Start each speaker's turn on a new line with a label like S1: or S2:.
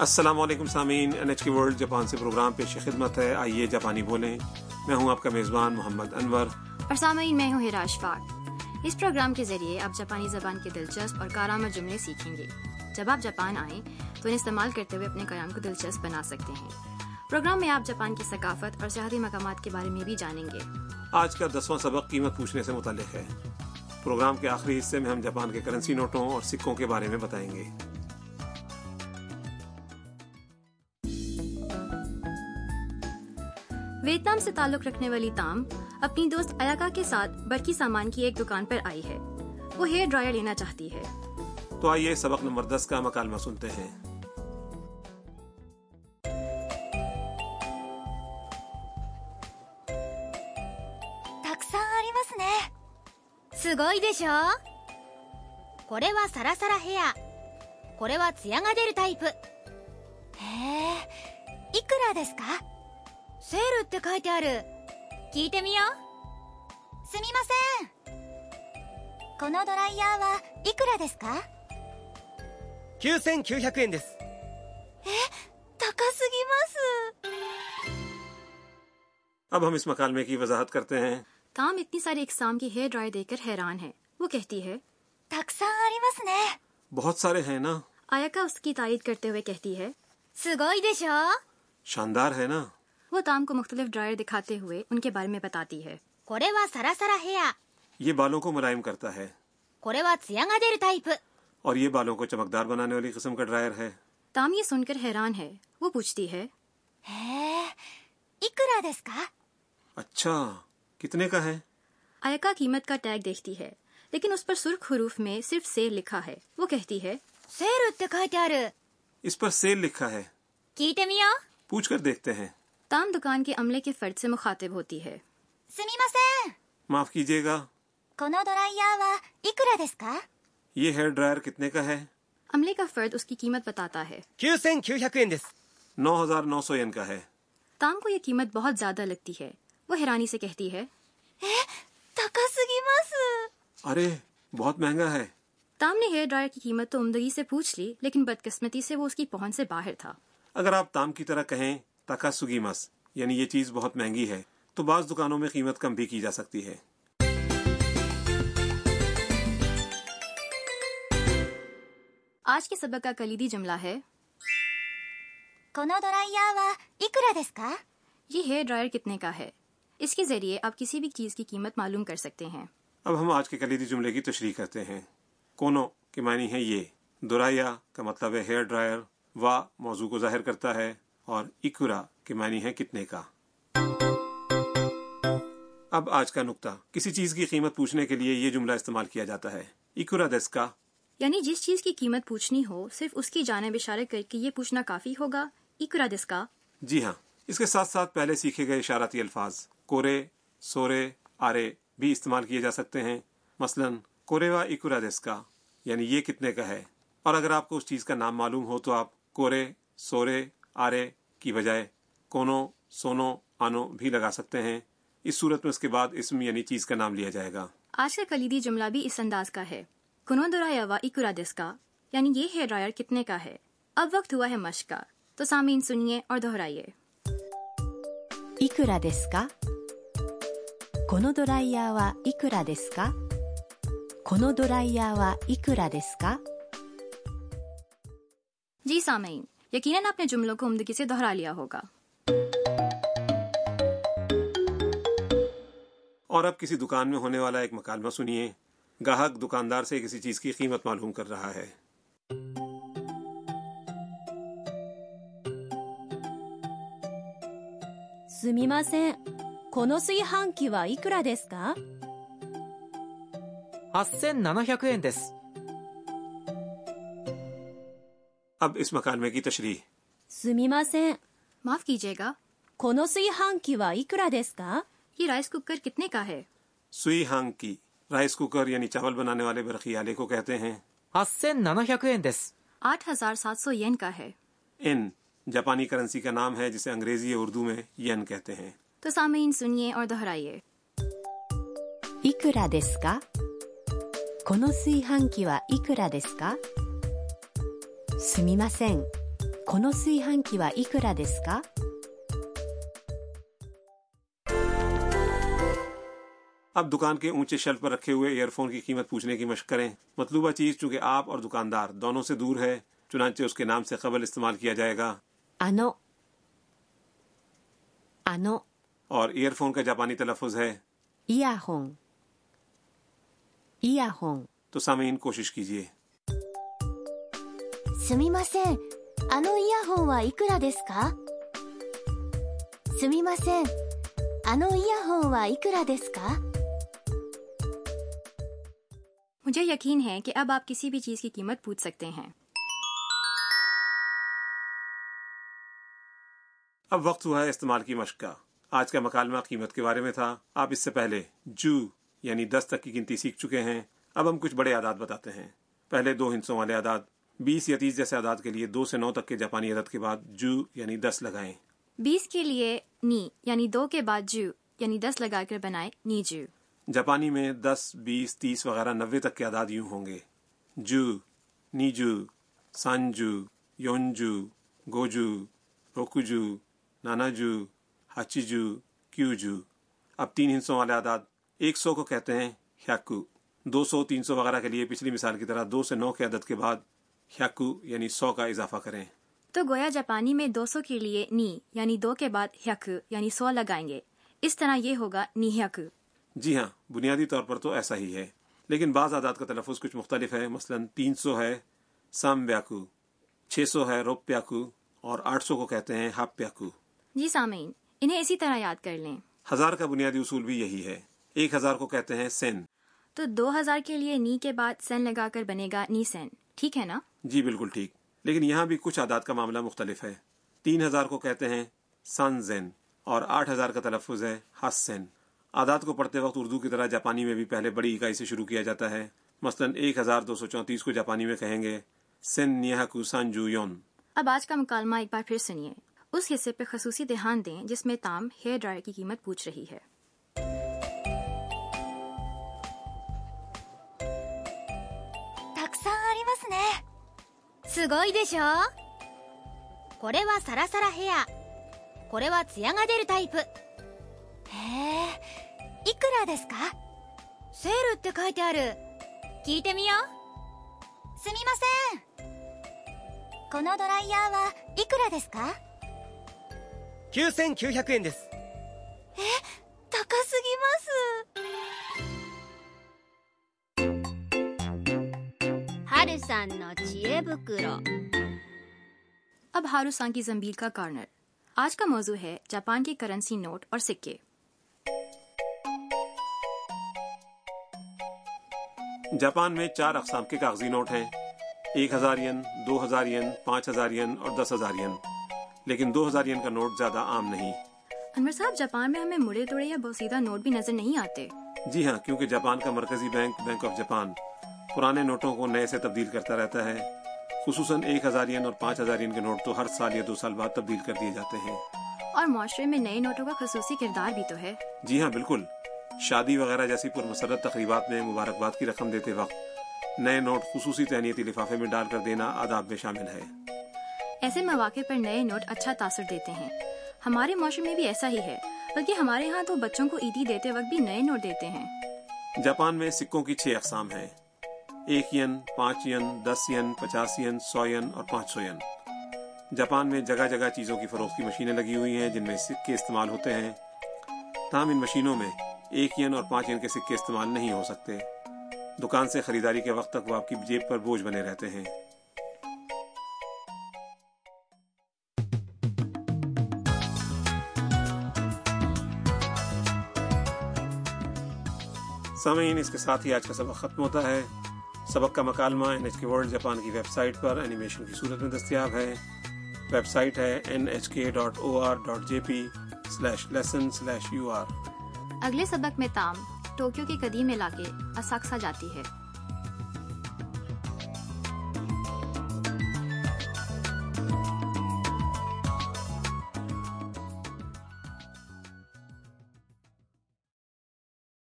S1: السلام علیکم سامعین N H K World Japan سے پروگرام پیش خدمت ہے آئیے جاپانی بولیں میں ہوں آپ کا میزبان محمد انور
S2: اور سامعین میں ہوں ہراش فاق اس پروگرام کے ذریعے آپ جاپانی زبان کے دلچسپ اور کارآمد جملے سیکھیں گے جب آپ جاپان آئیں تو انہیں استعمال کرتے ہوئے اپنے قیام کو دلچسپ بنا سکتے ہیں پروگرام میں آپ جاپان کی ثقافت اور سیاحتی مقامات کے بارے میں بھی جانیں گے
S1: آج کا دسواں سبق قیمت پوچھنے سے متعلق ہے پروگرام کے آخری حصے میں ہم جاپان کے کرنسی نوٹوں اور سکوں کے بارے میں بتائیں گے
S2: ویتنام سے تعلق رکھنے والی تام اپنی دوست ایاکا کے ساتھ برقی سامان کی ایک دکان پر آئی ہے وہ ہیئر ڈرائر لینا چاہتی ہے
S1: تو آئیے سبق نمبر دس کا مکالمہ سنتے ہیں
S3: たくさんありますねすごいでしょこれはサラサラヘアこれはツヤが出るタイプへえいくらですかセールって書いてある聞いてみようすみませんこのドライヤーはいくらですか
S4: 9900円です
S3: 高すぎます
S1: اب ہم اس مکالمے کی وضاحت کرتے ہیں
S2: تام اتنی ساری اقسام کی ہیئر ڈرائر دیکھ کر حیران ہے وہ کہتی ہے
S3: たくさんありますね
S1: بہت سارے ہیں نا
S2: ایاکا اس کی تعریف کرتے ہوئے کہتی ہے
S3: すごいでしょ
S1: شاندار ہے نا
S2: وہ تام کو مختلف ڈرائر دکھاتے ہوئے ان کے بارے میں بتاتی ہے
S3: これはサラサラヘア
S1: یہ بالوں کو ملائم کرتا ہے
S3: これはツヤが出るタイプ
S1: اور یہ بالوں کو چمکدار بنانے والی قسم کا ڈرائر ہے
S2: تام یہ سن کر حیران ہے وہ پوچھتی ہے
S3: へえいくらですか
S1: اچھا کتنے کا ہے
S2: ایکا قیمت کا ٹیگ دیکھتی ہے لیکن اس پر سرخ حروف میں صرف سیل لکھا ہے وہ کہتی ہے
S3: セールって書いてある
S1: اس پر سیل لکھا ہے
S3: 聞いてみよう
S1: پوچھ کر دیکھتے ہیں
S2: تام دکان کے عملے کے فرد سے مخاطب ہوتی ہے
S3: すみません
S1: معاف کیجیے گا
S3: このドライヤーはいくらですか
S1: یہ ہیئر ڈرائر کتنے کا ہے
S2: عملے کا فرد اس کی قیمت بتاتا ہے
S4: 9900円です
S1: نو ہزار نو سو ین کا ہے
S2: تام کو یہ قیمت بہت زیادہ لگتی ہے وہ حیرانی سے کہتی ہے
S3: 高す
S1: ارے بہت مہنگا ہے
S2: تام نے ہیئر ڈرائر کی قیمت تو عمدگی سے پوچھ لی لیکن بدقسمتی سے وہ اس کی پہنچ سے باہر تھا
S1: اگر آپ تام کی طرح کہیں تاکا سگی مس یعنی یہ چیز بہت مہنگی ہے تو بعض دکانوں میں قیمت کم بھی کی جا سکتی ہے
S2: آج کے سبق کا کلیدی جملہ ہے
S3: ぎますこのドライヤーはいくらですか
S2: یہ ہیئر ڈرائر کتنے کا ہے اس کے ذریعے آپ کسی بھی چیز کی قیمت معلوم کر سکتے ہیں
S1: اب ہم آج کے کلیدی جملے کی تشریح کرتے ہیں کونو کے معنی ہے یہ درایا کا مطلب ہے ہیئر ڈرائر وا موضوع کو ظاہر کرتا ہے اور اکورا کے معنی ہے کتنے کا اب آج کا نقطہ کسی چیز کی قیمت پوچھنے کے لیے یہ جملہ استعمال کیا جاتا ہے اکورا دس کا
S2: یعنی جس چیز کی قیمت پوچھنی ہو صرف اس کی جانب اشارہ کر کے یہ پوچھنا کافی ہوگا اکرا دس کا
S1: جی ہاں اس کے ساتھ ساتھ پہلے سیکھے گئے اشاراتی الفاظ کورے سورے آرے بھی استعمال کیے جا سکتے ہیں مثلا کورے وا اکورا دیس کا یعنی یہ کتنے کا ہے اور اگر آپ کو اس چیز کا نام معلوم ہو تو آپ کورے سورے آرے کی بجائے کونو سونو آنو بھی لگا سکتے ہیں اس صورت میں اس کے بعد اسم یعنی چیز کا نام لیا جائے گا
S2: آج کا کلیدی جملہ بھی اس انداز کا ہے کنو درایا وا اکرا دس کا یعنی یہ ہیئر ڈرائر کتنے کا ہے اب وقت ہوا ہے مشق کا تو سامعین سنیے اور دہرائیے
S5: いくらですかこのドライヤーはいくらですかこのドライヤーはいくらですか
S2: جی سامعین یقیناً آپ نے جملوں کو عمدگی سے دہرا لیا ہوگا
S1: اور اب کسی دکان میں ہونے والا ایک مکالمہ سنیے گاہک دکاندار سے کسی چیز کی قیمت معلوم کر رہا ہے
S6: すみませんこの炊飯器はいくらですか
S4: 8700円です。
S1: اب اس مکالمے کی تشریح
S6: すみません
S2: معاف کیجیے گا
S6: この炊飯器はいくらですか
S2: یہ رائس کوکر کتنے کا ہے
S1: سوئی ہانگ کی رائس کوکر یعنی چاول بنانے والے برقی آلے کو کہتے ہیں
S4: 8700円です。
S2: آٹھ ہزار سات سو یین کا ہے
S1: ان جاپانی کرنسی کا نام ہے جسے انگریزی اور اردو میں ین کہتے ہیں
S2: تو سامعین سنیے اور دہرائیے
S5: いくらですかこの炊飯器はいくらですかすみませんこの炊飯器はいくらですか
S1: اب دکان کے اونچے شیلف پر رکھے ہوئے ایئر فون کی قیمت پوچھنے کی مشق کریں مطلوبہ چیز چونکہ آپ اور دکاندار دونوں سے دور ہے چنانچہ اس کے نام سے قبل استعمال کیا جائے گا
S5: あのあの
S1: اور ایئر فون کا جاپانی تلفظ ہے
S5: イヤホンイヤホン
S1: تو سامعین کوشش کیجیے
S3: すみませんあのイヤホンはいくらですかすみませんあのイヤホンはいくらですか
S2: مجھے یقین ہے کہ اب آپ کسی بھی چیز کی قیمت پوچھ سکتے ہیں
S1: اب وقت ہوا ہے استعمال کی مشق کا آج کا مکالمہ قیمت کے بارے میں تھا آپ اس سے پہلے جو یعنی دس تک کی گنتی سیکھ چکے ہیں اب ہم کچھ بڑے اعداد بتاتے ہیں پہلے دو ہندسوں والے اعداد بیس یا تیس جیسے اعداد کے لیے دو سے نو تک کے جاپانی عدد کے بعد جو یعنی دس لگائیں
S2: بیس کے لیے نی یعنی دو کے بعد جو یعنی دس لگا کر بنائے نی جو
S1: جاپانی میں دس بیس تیس وغیرہ نوے تک کے اعداد یوں ہوں گے جو نیجو سانجو یونجو گوجو روکوجو ناناجو ہاچیجو کیوجو اب تین ہندسوں والے اعداد ایک سو کو کہتے ہیں ہیاکو دو سو تین سو وغیرہ کے لیے پچھلی مثال کی طرح دو سے نو کے عدد کے بعد ہیاکو یعنی سو کا اضافہ کریں
S2: تو گویا جاپانی میں دو سو کے لیے نی یعنی دو کے بعد ہیک یعنی سو لگائیں گے اس طرح یہ ہوگا نی ہیک
S1: جی ہاں بنیادی طور پر تو ایسا ہی ہے لیکن بعض عادات کا تلفظ کچھ مختلف ہے مثلا تین سو ہے سام پیاکو چھ سو ہے روپ پیاکو اور آٹھ سو کو کہتے ہیں ہاپ پیاکو
S2: جی سامعین انہیں اسی طرح یاد کر لیں
S1: ہزار کا بنیادی اصول بھی یہی ہے ایک ہزار کو کہتے ہیں سین
S2: تو دو ہزار کے لیے نی کے بعد سین لگا کر بنے گا نی سین ٹھیک ہے نا
S1: جی بالکل ٹھیک لیکن یہاں بھی کچھ عادات کا معاملہ مختلف ہے تین ہزار کو کہتے ہیں سان زین اور آٹھ ہزار کا تلفظ ہے ہس سین عادات کو پڑھتے وقت اردو کی طرح جاپانی میں بھی پہلے بڑی اکائی سے شروع کیا جاتا ہے مثلا ایک ہزار دو سو چونتیس کو جاپانی میں کہیں گے سین نیہاکو سانجو یون
S2: اب آج کا مکالمہ ایک بار پھر سنیے اس حصے پہ خصوصی دھیان دیں جس میں تام ہیئر ڈرائر کی قیمت پوچھ رہی ہے
S3: たくさんありますねすごいでしょこれはサラサラヘアこれはツヤが出るタイプへえいくらですかセールって書いてある聞いてみようすみませんこのドライヤーはいくらですか
S4: 9900円です
S3: 高すぎます春さんの知恵袋
S2: اب ہاروسان کی زمبیل کا کارنر آج کا موضوع ہے جاپان کی کرنسی نوٹ اور سکے
S1: جاپان میں چار اقسام کے کاغذی نوٹ ہیں ایک ہزار ین دو ہزار ین پانچ ہزار ین اور دس ہزار ین لیکن دو ہزار ین کا نوٹ زیادہ عام نہیں
S2: انور صاحب جاپان میں ہمیں مڑے توڑے یا بوسیدہ نوٹ بھی نظر نہیں آتے
S1: جی ہاں کیونکہ جاپان کا مرکزی بینک بینک آف جاپان پرانے نوٹوں کو نئے سے تبدیل کرتا رہتا ہے خصوصاً ایک ہزار ین اور پانچ ہزار ین کے نوٹ تو ہر سال یا دو سال بعد تبدیل کر دیے جاتے ہیں
S2: اور معاشرے میں نئے نوٹوں کا خصوصی کردار بھی تو ہے
S1: جی ہاں بالکل شادی وغیرہ جیسی پرمسرت تقریبات میں مبارکباد کی رقم دیتے وقت نئے نوٹ خصوصی تہنیتی لفافے میں ڈال کر دینا آداب میں شامل ہے
S2: ایسے مواقع پر نئے نوٹ اچھا تاثر دیتے ہیں ہمارے معاشرے میں بھی ایسا ہی ہے بلکہ ہمارے ہاں تو بچوں کو عیدی دیتے وقت بھی نئے نوٹ دیتے ہیں
S1: جاپان میں سکوں کی چھ اقسام ہیں ایک ین پانچ ین دس ین پچاس ین سو ین اور پانچ سو ین جاپان میں جگہ جگہ چیزوں کی فروخت کی مشینیں لگی ہوئی ہیں جن میں سکے استعمال ہوتے ہیں تاہم ان مشینوں میں ایک ین اور پانچ ین کے سکے استعمال نہیں ہو سکتے دکان سے خریداری کے وقت تک وہ آپ کی جیب پر بوجھ بنے رہتے ہیں سامعین اس کے ساتھ ہی آج کا سبق ختم ہوتا ہے سبق کا مکالمہ N H K World Japan کی ویب سائٹ پر اینیمیشن کی صورت میں دستیاب ہے ویب سائٹ ہے این ایچ کے dot O R dot J P slash lesson slash U R
S2: اگلے سبق میں تام ٹوکیو کے قدیم علاقے اساکسا جاتی ہے